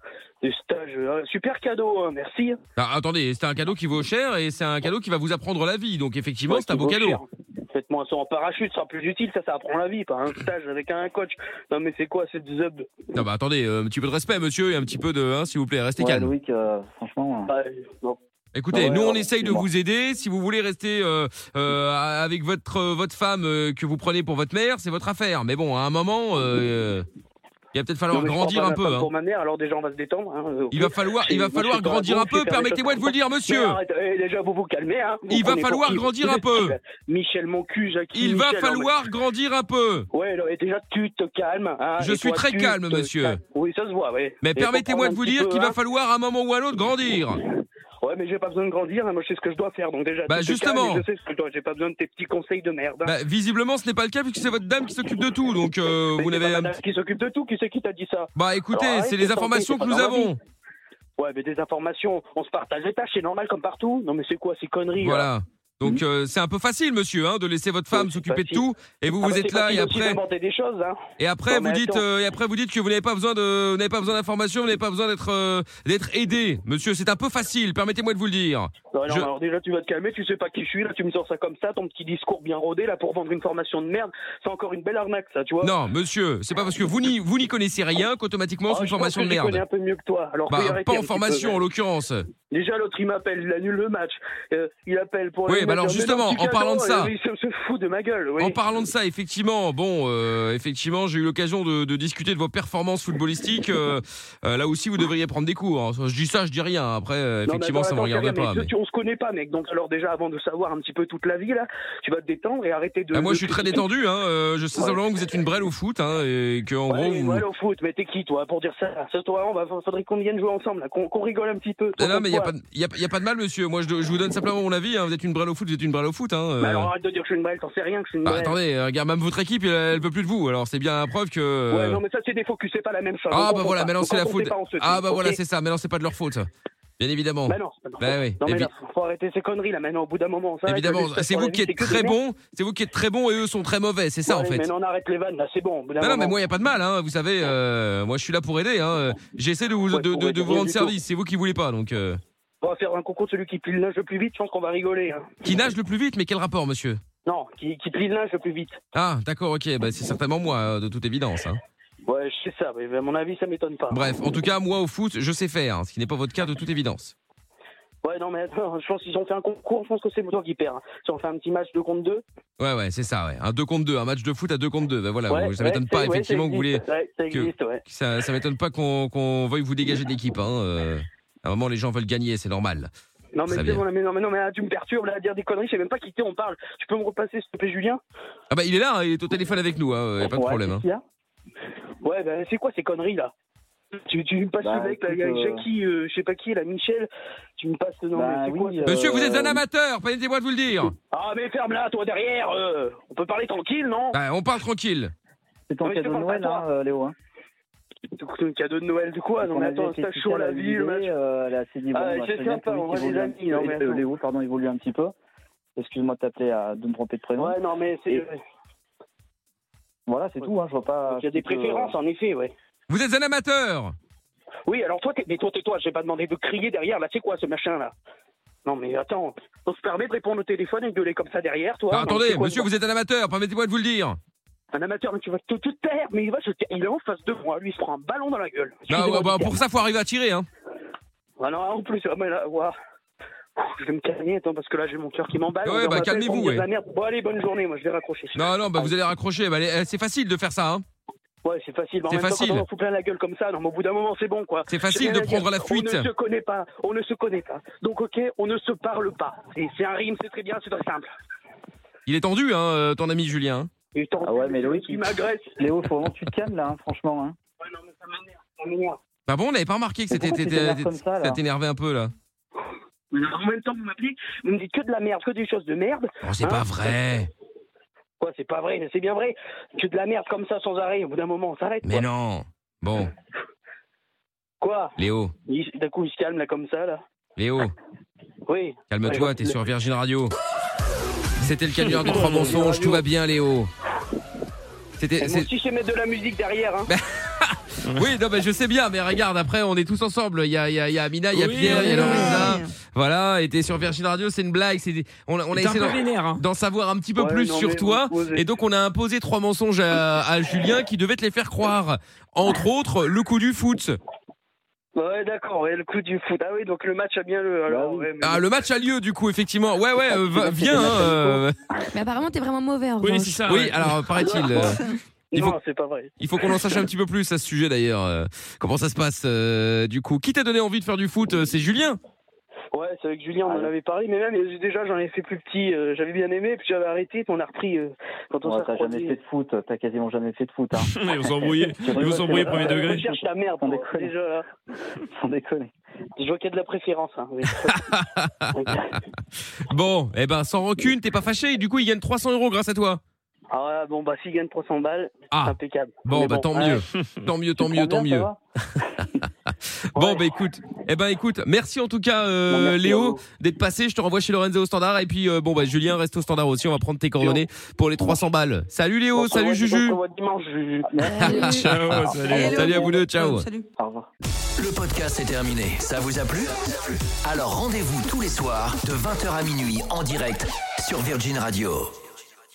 [SPEAKER 7] Des stages, euh, super cadeau, hein, merci.
[SPEAKER 2] Ah, attendez, c'est un cadeau qui vaut cher et c'est un cadeau qui va vous apprendre la vie, donc effectivement,
[SPEAKER 7] Ouais,
[SPEAKER 2] c'est un beau
[SPEAKER 7] vaut
[SPEAKER 2] cadeau.
[SPEAKER 7] cher. Faites-moi un saut en parachute, ça sera plus utile, ça, ça apprend la vie, pas un stage avec un coach. Non, mais c'est quoi cette zub
[SPEAKER 2] Non bah attendez, euh, un petit peu de respect, monsieur, et un petit peu de, hein, s'il vous plaît, restez
[SPEAKER 3] Ouais,
[SPEAKER 2] calme.
[SPEAKER 3] Loïc, euh, franchement.
[SPEAKER 7] Bah,
[SPEAKER 2] Écoutez,
[SPEAKER 3] Ouais,
[SPEAKER 2] nous on
[SPEAKER 3] ouais,
[SPEAKER 2] essaye de
[SPEAKER 3] excuse-moi.
[SPEAKER 2] vous aider. Si vous voulez rester euh, euh, à- avec votre euh, votre femme euh, que vous prenez pour votre mère, c'est votre affaire. Mais bon, à un moment, euh, il va peut-être falloir
[SPEAKER 7] non, mais je prends
[SPEAKER 2] grandir
[SPEAKER 7] pas
[SPEAKER 2] un
[SPEAKER 7] ma
[SPEAKER 2] peu.
[SPEAKER 7] femme
[SPEAKER 2] hein.
[SPEAKER 7] Pour ma mère, alors déjà on va se détendre. hein, euh,
[SPEAKER 2] Il va falloir, il va
[SPEAKER 7] Moi, je
[SPEAKER 2] falloir
[SPEAKER 7] suis pas
[SPEAKER 2] grandir
[SPEAKER 7] un
[SPEAKER 2] un
[SPEAKER 7] bon, je
[SPEAKER 2] peu.
[SPEAKER 7] sais faire les
[SPEAKER 2] Permettez-moi de vous le dire,
[SPEAKER 7] Mais
[SPEAKER 2] monsieur.
[SPEAKER 7] arrête, eh, déjà vous vous calmez. Hein, Vous
[SPEAKER 2] Il va
[SPEAKER 7] prenez pour
[SPEAKER 2] falloir
[SPEAKER 7] qui
[SPEAKER 2] grandir un peu.
[SPEAKER 7] Michel mon cul, Jackie.
[SPEAKER 2] Il va
[SPEAKER 7] Michel, non, mais-
[SPEAKER 2] falloir grandir un peu.
[SPEAKER 7] Ouais, non, et déjà tu te calmes. hein,
[SPEAKER 2] Je
[SPEAKER 7] et
[SPEAKER 2] suis
[SPEAKER 7] toi,
[SPEAKER 2] très
[SPEAKER 7] tu
[SPEAKER 2] calme,
[SPEAKER 7] te
[SPEAKER 2] monsieur.
[SPEAKER 7] calmes. Oui, ça se voit, oui.
[SPEAKER 2] Mais
[SPEAKER 7] Et
[SPEAKER 2] permettez-moi
[SPEAKER 7] faut
[SPEAKER 2] de vous
[SPEAKER 7] prendre un
[SPEAKER 2] dire
[SPEAKER 7] petit
[SPEAKER 2] qu'il
[SPEAKER 7] peu,
[SPEAKER 2] va falloir à un moment ou à l'autre grandir.
[SPEAKER 7] hein. Ouais, mais j'ai pas besoin de grandir. hein, Moi, je sais ce que je dois faire, donc déjà.
[SPEAKER 2] Bah,
[SPEAKER 7] tu te
[SPEAKER 2] justement.
[SPEAKER 7] calmes, et je sais ce que je dois. J'ai pas besoin de tes petits conseils de merde. hein.
[SPEAKER 2] Bah, visiblement, ce n'est pas le cas puisque c'est votre dame qui s'occupe de tout. Donc euh,
[SPEAKER 7] Mais
[SPEAKER 2] vous
[SPEAKER 7] c'est
[SPEAKER 2] n'avez.
[SPEAKER 7] pas madame qui s'occupe de tout Qui c'est qui t'a dit ça
[SPEAKER 2] Bah écoutez,
[SPEAKER 7] Alors,
[SPEAKER 2] c'est
[SPEAKER 7] arrête
[SPEAKER 2] les
[SPEAKER 7] de
[SPEAKER 2] informations que
[SPEAKER 7] tenter,
[SPEAKER 2] nous
[SPEAKER 7] c'est pas
[SPEAKER 2] avons.
[SPEAKER 7] Ouais, mais des informations. On se partage les tâches, c'est normal comme partout. Non, mais c'est quoi ces conneries hein? là
[SPEAKER 2] Voilà. Donc euh, c'est un peu facile, monsieur, hein, de laisser votre femme
[SPEAKER 7] Mhm. Oui,
[SPEAKER 2] s'occuper de
[SPEAKER 7] facile.
[SPEAKER 2] tout et vous
[SPEAKER 7] Ah
[SPEAKER 2] vous
[SPEAKER 7] bah,
[SPEAKER 2] êtes
[SPEAKER 7] c'est
[SPEAKER 2] là et
[SPEAKER 7] facile aussi
[SPEAKER 2] après
[SPEAKER 7] d'inventer des choses, hein.
[SPEAKER 2] et après
[SPEAKER 7] Non,
[SPEAKER 2] vous
[SPEAKER 7] mais
[SPEAKER 2] dites
[SPEAKER 7] attends.
[SPEAKER 2] euh, et après vous dites que vous n'avez pas besoin de vous n'avez pas besoin d'informations, vous n'avez pas besoin d'être euh, d'être aidé, monsieur. C'est un peu facile. Permettez-moi de vous le dire.
[SPEAKER 7] Non, non,
[SPEAKER 2] Je-
[SPEAKER 7] alors déjà tu vas te calmer, tu sais pas qui je suis, là tu me sors ça comme ça, ton petit discours bien rodé là pour vendre une formation de merde, c'est encore une belle arnaque ça, tu vois.
[SPEAKER 2] Non, monsieur, c'est pas parce que vous n'y vous n'y connaissez rien qu'automatiquement
[SPEAKER 7] Ah,
[SPEAKER 2] c'est une
[SPEAKER 7] je pense
[SPEAKER 2] formation
[SPEAKER 7] que
[SPEAKER 2] de
[SPEAKER 7] Je connais
[SPEAKER 2] merde.
[SPEAKER 7] un peu mieux que toi. Alors
[SPEAKER 2] Bah,
[SPEAKER 7] faut y arrêter
[SPEAKER 2] pas
[SPEAKER 7] un
[SPEAKER 2] en
[SPEAKER 7] petit
[SPEAKER 2] formation en
[SPEAKER 7] peu.
[SPEAKER 2] l'occurrence.
[SPEAKER 7] Déjà l'autre il m'appelle, il annule le match. Euh, il appelle pour.
[SPEAKER 2] Oui,
[SPEAKER 7] annuler,
[SPEAKER 2] bah alors,
[SPEAKER 7] il dit, mais
[SPEAKER 2] justement,
[SPEAKER 7] non, petit
[SPEAKER 2] en parlant de
[SPEAKER 7] cadeau,
[SPEAKER 2] ça.
[SPEAKER 7] euh, Il se, se fout de ma gueule. Oui.
[SPEAKER 2] En parlant de ça, effectivement, bon, euh, effectivement, j'ai eu l'occasion de, de discuter de vos performances footballistiques. euh, euh, là aussi, vous devriez prendre des cours. hein. Je dis ça, je dis rien. Après, euh,
[SPEAKER 7] Non, mais
[SPEAKER 2] effectivement,
[SPEAKER 7] attends,
[SPEAKER 2] ça ne me
[SPEAKER 7] attends,
[SPEAKER 2] regarde
[SPEAKER 7] Karim,
[SPEAKER 2] pas.
[SPEAKER 7] mais
[SPEAKER 2] mais-
[SPEAKER 7] tu- On se connaît pas, mec. Donc, alors, déjà, avant de savoir un petit peu toute la vie, là, tu vas te détendre et arrêter de.
[SPEAKER 2] Ah, moi,
[SPEAKER 7] de-
[SPEAKER 2] je suis très détendu. Hein. euh, je sais
[SPEAKER 7] Ouais.
[SPEAKER 2] simplement que vous êtes une brêle au foot hein, et que, en
[SPEAKER 7] Ouais,
[SPEAKER 2] gros, vous.
[SPEAKER 7] ouais, au foot, mais t'es qui, toi, pour dire ça Ce soir, on va, faudrait qu'on vienne jouer ensemble, là, qu'on qu'on rigole un petit peu.
[SPEAKER 2] Ah non, mais il n'y a,
[SPEAKER 7] Pourquoi
[SPEAKER 2] pas de- y a- y a pas de mal, monsieur. Moi, je, je vous donne simplement mon avis. hein. Vous êtes une brêle au foot, vous êtes une brêle au foot. Hein, euh.
[SPEAKER 7] Mais alors arrête de dire que je suis une brêle, t'en sais rien que je suis une
[SPEAKER 2] Bah,
[SPEAKER 7] brêle.
[SPEAKER 2] attendez, euh, regarde, même votre équipe, elle, elle peut plus de vous. Alors, c'est bien la preuve que.
[SPEAKER 7] Ouais, non, mais ça c'est des focus, c'est pas la même chose.
[SPEAKER 2] euh, Ah,
[SPEAKER 7] On
[SPEAKER 2] bah
[SPEAKER 7] comprend
[SPEAKER 2] voilà,
[SPEAKER 7] pas.
[SPEAKER 2] maintenant,
[SPEAKER 7] Donc,
[SPEAKER 2] c'est la
[SPEAKER 7] quand on
[SPEAKER 2] faute.
[SPEAKER 7] sait pas, on se
[SPEAKER 2] Ah,
[SPEAKER 7] dit,
[SPEAKER 2] bah
[SPEAKER 7] ok.
[SPEAKER 2] voilà, c'est ça. Maintenant, c'est pas de leur faute. Bien évidemment.
[SPEAKER 7] Bah non, c'est pas normal.
[SPEAKER 2] Bah oui,
[SPEAKER 7] Non, mais
[SPEAKER 2] évi-
[SPEAKER 7] là, faut arrêter ces conneries là maintenant, au bout d'un moment. on s'arrête,
[SPEAKER 2] Évidemment,
[SPEAKER 7] le stress
[SPEAKER 2] c'est
[SPEAKER 7] sur la
[SPEAKER 2] vous qui
[SPEAKER 7] vie, c'est
[SPEAKER 2] êtes
[SPEAKER 7] que des
[SPEAKER 2] très bon,
[SPEAKER 7] merdes.
[SPEAKER 2] c'est vous qui êtes très bon et eux sont très mauvais, c'est ça en
[SPEAKER 7] Ouais,
[SPEAKER 2] fait.
[SPEAKER 7] Mais non, on arrête les vannes là, c'est bon. au bout d'un
[SPEAKER 2] Non, non, mais
[SPEAKER 7] moment.
[SPEAKER 2] moi, il n'y a pas de mal, hein, vous savez, euh, moi je suis là pour aider, hein. j'essaie de vous,
[SPEAKER 7] Ouais,
[SPEAKER 2] de, de-
[SPEAKER 7] ouais,
[SPEAKER 2] de vous
[SPEAKER 7] rien
[SPEAKER 2] rendre
[SPEAKER 7] du tout.
[SPEAKER 2] service, c'est vous qui voulez pas, donc... euh.
[SPEAKER 7] On va faire un concours, celui qui plie le linge le plus vite, je pense qu'on va rigoler. hein.
[SPEAKER 2] Qui nage le plus vite, mais quel rapport, monsieur
[SPEAKER 7] Non, qui, qui plie le linge le plus vite.
[SPEAKER 2] Ah, d'accord, ok, bah, c'est certainement moi, euh, de toute évidence. hein.
[SPEAKER 7] Ouais, je sais ça, mais à mon avis, ça m'étonne pas.
[SPEAKER 2] Bref, en tout cas, moi au foot, je sais faire, hein, ce qui n'est pas votre cas de toute évidence.
[SPEAKER 7] Ouais, non, mais attends, je pense qu'ils ont fait un concours, je pense que c'est toi qui perds. Si on fait un petit match de contre deux.
[SPEAKER 2] Ouais, ouais, c'est ça, ouais. Un 2 contre 2, un match de foot à 2 contre 2, bah voilà,
[SPEAKER 7] ouais,
[SPEAKER 2] ça
[SPEAKER 7] ouais,
[SPEAKER 2] m'étonne
[SPEAKER 7] c'est-
[SPEAKER 2] pas,
[SPEAKER 7] ouais, ça
[SPEAKER 2] effectivement, que vous voulez...
[SPEAKER 7] existe, Ouais, ça
[SPEAKER 2] que-
[SPEAKER 7] existe, ouais.
[SPEAKER 2] Ça, ça m'étonne pas qu'on qu'on veuille vous dégager de l'équipe, hein. euh. À un moment, les gens veulent gagner, c'est normal.
[SPEAKER 7] Non mais,
[SPEAKER 2] Très
[SPEAKER 7] tu sais,
[SPEAKER 2] bien.
[SPEAKER 7] on a- mais non mais non mais ah, tu me perturbes là à dire des conneries, je sais même pas qui t'es on parle. Tu peux me repasser s'il te plaît Julien
[SPEAKER 2] Ah bah il est là, hein, il est au téléphone avec nous, hein, y a pas de
[SPEAKER 7] Ouais,
[SPEAKER 2] problème.
[SPEAKER 7] qu'est-ce
[SPEAKER 2] hein.
[SPEAKER 7] qu'il y a Ouais bah c'est quoi ces conneries là tu, tu me passes
[SPEAKER 3] Bah,
[SPEAKER 7] le mec
[SPEAKER 3] écoute,
[SPEAKER 7] là, il y a
[SPEAKER 3] euh,
[SPEAKER 7] Jackie, euh, je sais pas qui, la Michel, tu me passes non
[SPEAKER 3] Bah,
[SPEAKER 7] mais c'est
[SPEAKER 3] oui,
[SPEAKER 7] quoi ça
[SPEAKER 3] euh,
[SPEAKER 2] Monsieur, vous êtes un amateur, permettez-moi de vous le dire.
[SPEAKER 7] Ah mais ferme là toi derrière, euh, on peut parler tranquille non
[SPEAKER 2] Bah, on parle tranquille.
[SPEAKER 3] C'est ton
[SPEAKER 7] mais je te
[SPEAKER 3] cadeau de
[SPEAKER 7] parle
[SPEAKER 3] Noël,
[SPEAKER 7] pas à
[SPEAKER 3] hein, euh, Léo. Hein.
[SPEAKER 7] Un cadeau de Noël de quoi Non
[SPEAKER 3] On
[SPEAKER 7] mais
[SPEAKER 3] a
[SPEAKER 7] attends,
[SPEAKER 3] dit avec
[SPEAKER 7] ça chaud
[SPEAKER 3] Christian,
[SPEAKER 7] la
[SPEAKER 3] elle a
[SPEAKER 7] ville,
[SPEAKER 3] validé,
[SPEAKER 7] machin.
[SPEAKER 3] euh, Elle a assez dit bon,
[SPEAKER 7] Ah,
[SPEAKER 3] on va
[SPEAKER 7] c'est
[SPEAKER 3] très bien
[SPEAKER 7] sympa,
[SPEAKER 3] que Loïc
[SPEAKER 7] on va les
[SPEAKER 3] évolue un
[SPEAKER 7] amis,
[SPEAKER 3] petit
[SPEAKER 7] non,
[SPEAKER 3] peu.
[SPEAKER 7] mais
[SPEAKER 3] Euh,
[SPEAKER 7] attends.
[SPEAKER 3] Léo, pardon, évolue un petit peu. Excuse-moi de t'appeler, à- de me tromper de prénom.
[SPEAKER 7] Ouais non mais c'est... euh,
[SPEAKER 3] Et- Voilà, c'est tout, hein, je vois pas.
[SPEAKER 7] Il y a des préférences en effet ouais.
[SPEAKER 2] Vous êtes un amateur.
[SPEAKER 7] Oui, alors toi, t'es- mais toi, tais-toi, j'ai pas demandé de crier derrière, là, c'est quoi ce machin-là Non, mais attends, on se permet de répondre au téléphone et de gueuler comme ça derrière, toi
[SPEAKER 2] Ah,
[SPEAKER 7] Non, c'est
[SPEAKER 2] attendez,
[SPEAKER 7] quoi,
[SPEAKER 2] monsieur,
[SPEAKER 7] toi
[SPEAKER 2] vous êtes un amateur, permettez-moi de vous le dire. Bah,
[SPEAKER 7] Un amateur, mais tu vas te, te taire, mais il va se taire. Il est en face de moi, lui, il se prend un ballon dans la gueule.
[SPEAKER 2] Bah,
[SPEAKER 7] Excusez-moi
[SPEAKER 2] bah,
[SPEAKER 7] du terme.
[SPEAKER 2] pour ça, faut arriver à tirer. Hein.
[SPEAKER 7] Ah non, en plus, ah, mais là, ouah. Ouh, Je vais me calmer, attends, parce que là j'ai mon cœur qui m'emballe.
[SPEAKER 2] Ouais,
[SPEAKER 7] on va
[SPEAKER 2] bah,
[SPEAKER 7] m'appeler,
[SPEAKER 2] calmez-vous,
[SPEAKER 7] on me dit de
[SPEAKER 2] ouais.
[SPEAKER 7] la merde. Bon, allez, bonne journée, moi je vais raccrocher.
[SPEAKER 2] Non, non, bah, vous allez raccrocher. Bah, allez, euh, c'est facile de faire ça. Hein.
[SPEAKER 7] Ouais, c'est facile, mais en
[SPEAKER 2] C'est
[SPEAKER 7] même temps,
[SPEAKER 2] facile.
[SPEAKER 7] quand on en fout plein la gueule comme ça, non, mais au bout d'un moment, c'est bon, quoi.
[SPEAKER 2] C'est
[SPEAKER 7] J'ai
[SPEAKER 2] facile de
[SPEAKER 7] rien à
[SPEAKER 2] prendre
[SPEAKER 7] dire.
[SPEAKER 2] la fuite.
[SPEAKER 7] On ne se connaît pas, on ne se connaît pas. Donc, ok, on ne se parle pas. Et C'est un rime, c'est très bien, c'est très simple.
[SPEAKER 2] Il est tendu, hein, euh, ton ami Julien. hein.
[SPEAKER 7] Et tant
[SPEAKER 3] Ah ouais, mais Loïc,
[SPEAKER 7] il
[SPEAKER 3] il-
[SPEAKER 7] m'agresse.
[SPEAKER 3] Léo, faut vraiment que tu te calmes là, hein, franchement. Hein.
[SPEAKER 7] Ouais, non, mais ça m'énerve, ça m'énerve.
[SPEAKER 2] Bah bon, on n'avait pas remarqué que
[SPEAKER 3] Mais
[SPEAKER 2] c'était.
[SPEAKER 3] pourquoi tu
[SPEAKER 2] t'étais-
[SPEAKER 3] t'énerves comme ça, là
[SPEAKER 2] Ça t'énervait un peu là.
[SPEAKER 7] Mais En même temps, vous m'appelez, vous me dites que de la merde, que des choses de merde.
[SPEAKER 2] Oh, c'est
[SPEAKER 7] Hein
[SPEAKER 2] pas vrai.
[SPEAKER 7] Quoi, c'est pas vrai, mais c'est bien vrai. Que de la merde comme ça sans arrêt. Au bout d'un moment, on s'arrête.
[SPEAKER 2] Mais
[SPEAKER 7] quoi.
[SPEAKER 2] non. Bon,
[SPEAKER 7] Quoi
[SPEAKER 2] Léo,
[SPEAKER 7] Il- D'un coup, il se calme là comme ça, là.
[SPEAKER 2] Léo,
[SPEAKER 7] Oui.
[SPEAKER 2] calme-toi, t'es sur Virgin Radio. C'était le canular de trois
[SPEAKER 7] Virgin
[SPEAKER 2] mensonges,
[SPEAKER 7] Radio.
[SPEAKER 2] tout va bien, Léo. C'était.
[SPEAKER 7] Et moi
[SPEAKER 2] c'est-
[SPEAKER 7] aussi, je sais mettre de la musique derrière. Hein.
[SPEAKER 2] Oui, non, mais je sais bien, mais regarde, après, on est tous ensemble. Il y a, il y a- il y a Amina, il y a
[SPEAKER 4] Oui,
[SPEAKER 2] Pierre, il y a
[SPEAKER 4] oui,
[SPEAKER 2] Lorenza. Voilà, et t'es sur Virgin Radio, c'est une blague. c'est des- On, a- on a
[SPEAKER 4] T'es un
[SPEAKER 2] essayé
[SPEAKER 4] peu
[SPEAKER 2] d'en-
[SPEAKER 4] vénère, hein.
[SPEAKER 2] d'en savoir un petit peu
[SPEAKER 7] Ouais,
[SPEAKER 2] plus
[SPEAKER 7] non,
[SPEAKER 2] sur
[SPEAKER 7] mais
[SPEAKER 2] toi.
[SPEAKER 7] vous posez.
[SPEAKER 2] Et donc, on a imposé trois mensonges à, à Julien qui devait te les faire croire. Entre autres, le coup du foot.
[SPEAKER 7] Ouais, d'accord, ouais, le coup du foot. Ah oui, donc le match a bien le.
[SPEAKER 3] Bah
[SPEAKER 7] Alors,
[SPEAKER 3] oui.
[SPEAKER 7] ouais, mais-
[SPEAKER 2] Ah, le match a lieu, du coup, effectivement. Ouais, ouais, euh, va- viens. hein, euh,
[SPEAKER 5] Mais apparemment, t'es vraiment mauvais en
[SPEAKER 4] Oui,
[SPEAKER 5] revanche.
[SPEAKER 4] c'est ça.
[SPEAKER 2] Oui,
[SPEAKER 4] ouais.
[SPEAKER 2] alors, paraît-il. euh, il
[SPEAKER 7] non,
[SPEAKER 2] faut-
[SPEAKER 7] c'est pas vrai.
[SPEAKER 2] Il faut qu'on en sache un petit peu plus à ce sujet, d'ailleurs. euh, Comment ça se passe, euh, du coup Qui t'a donné envie de faire du foot euh, C'est Julien
[SPEAKER 7] Ouais, c'est avec Julien, on en avait parlé, mais même euh, déjà, j'en ai fait plus petit. euh, j'avais bien aimé, puis j'avais arrêté, puis on a repris euh, quand on
[SPEAKER 3] Ouais,
[SPEAKER 7] s'est
[SPEAKER 3] t'as jamais
[SPEAKER 7] refroidi.
[SPEAKER 3] fait de foot, t'as quasiment jamais fait de foot. Hein.
[SPEAKER 4] Ils vont s'embrouiller. Ils vont s'embrouiller
[SPEAKER 7] Euh,
[SPEAKER 4] premier
[SPEAKER 7] Je
[SPEAKER 4] degré.
[SPEAKER 7] cherche la merde,
[SPEAKER 3] On
[SPEAKER 7] moi,
[SPEAKER 3] déconne.
[SPEAKER 7] déjà là.
[SPEAKER 3] Sans déconner.
[SPEAKER 7] Je vois qu'il y a de la préférence. Hein, oui.
[SPEAKER 2] Bon, eh ben, sans rancune, t'es pas fâché. Et du coup, il gagne 300 euros grâce à toi.
[SPEAKER 7] ah ouais, bon, bah s'il gagne 300 balles, c'est
[SPEAKER 2] Ah,
[SPEAKER 7] impeccable.
[SPEAKER 2] bon,
[SPEAKER 7] Mais
[SPEAKER 2] bah, tant
[SPEAKER 7] ouais.
[SPEAKER 2] mieux. Tant mieux, tant
[SPEAKER 3] Tu
[SPEAKER 2] mieux,
[SPEAKER 3] prends
[SPEAKER 2] tant
[SPEAKER 3] bien, ça
[SPEAKER 2] mieux.
[SPEAKER 3] va
[SPEAKER 2] Bon,
[SPEAKER 7] Ouais.
[SPEAKER 2] bah, écoute. Eh ben, écoute, merci en tout cas, euh,
[SPEAKER 7] Bon, merci à
[SPEAKER 2] Léo,
[SPEAKER 7] vous.
[SPEAKER 2] d'être passé. Je te renvoie chez Lorenzo au standard. Et puis, euh, bon, bah, Julien, reste au standard aussi. On va prendre tes coordonnées pour les 300 balles. Salut
[SPEAKER 7] On
[SPEAKER 2] Léo,
[SPEAKER 7] se revoit-
[SPEAKER 2] salut Juju.
[SPEAKER 7] On se revoit dimanche, Juju.
[SPEAKER 5] Salut.
[SPEAKER 4] Ciao, salut.
[SPEAKER 2] Salut à vous deux, ciao.
[SPEAKER 6] Salut.
[SPEAKER 3] Au revoir.
[SPEAKER 1] Le podcast est terminé. Ça vous a plu Alors rendez-vous tous les soirs de 20h à minuit en direct sur Virgin Radio.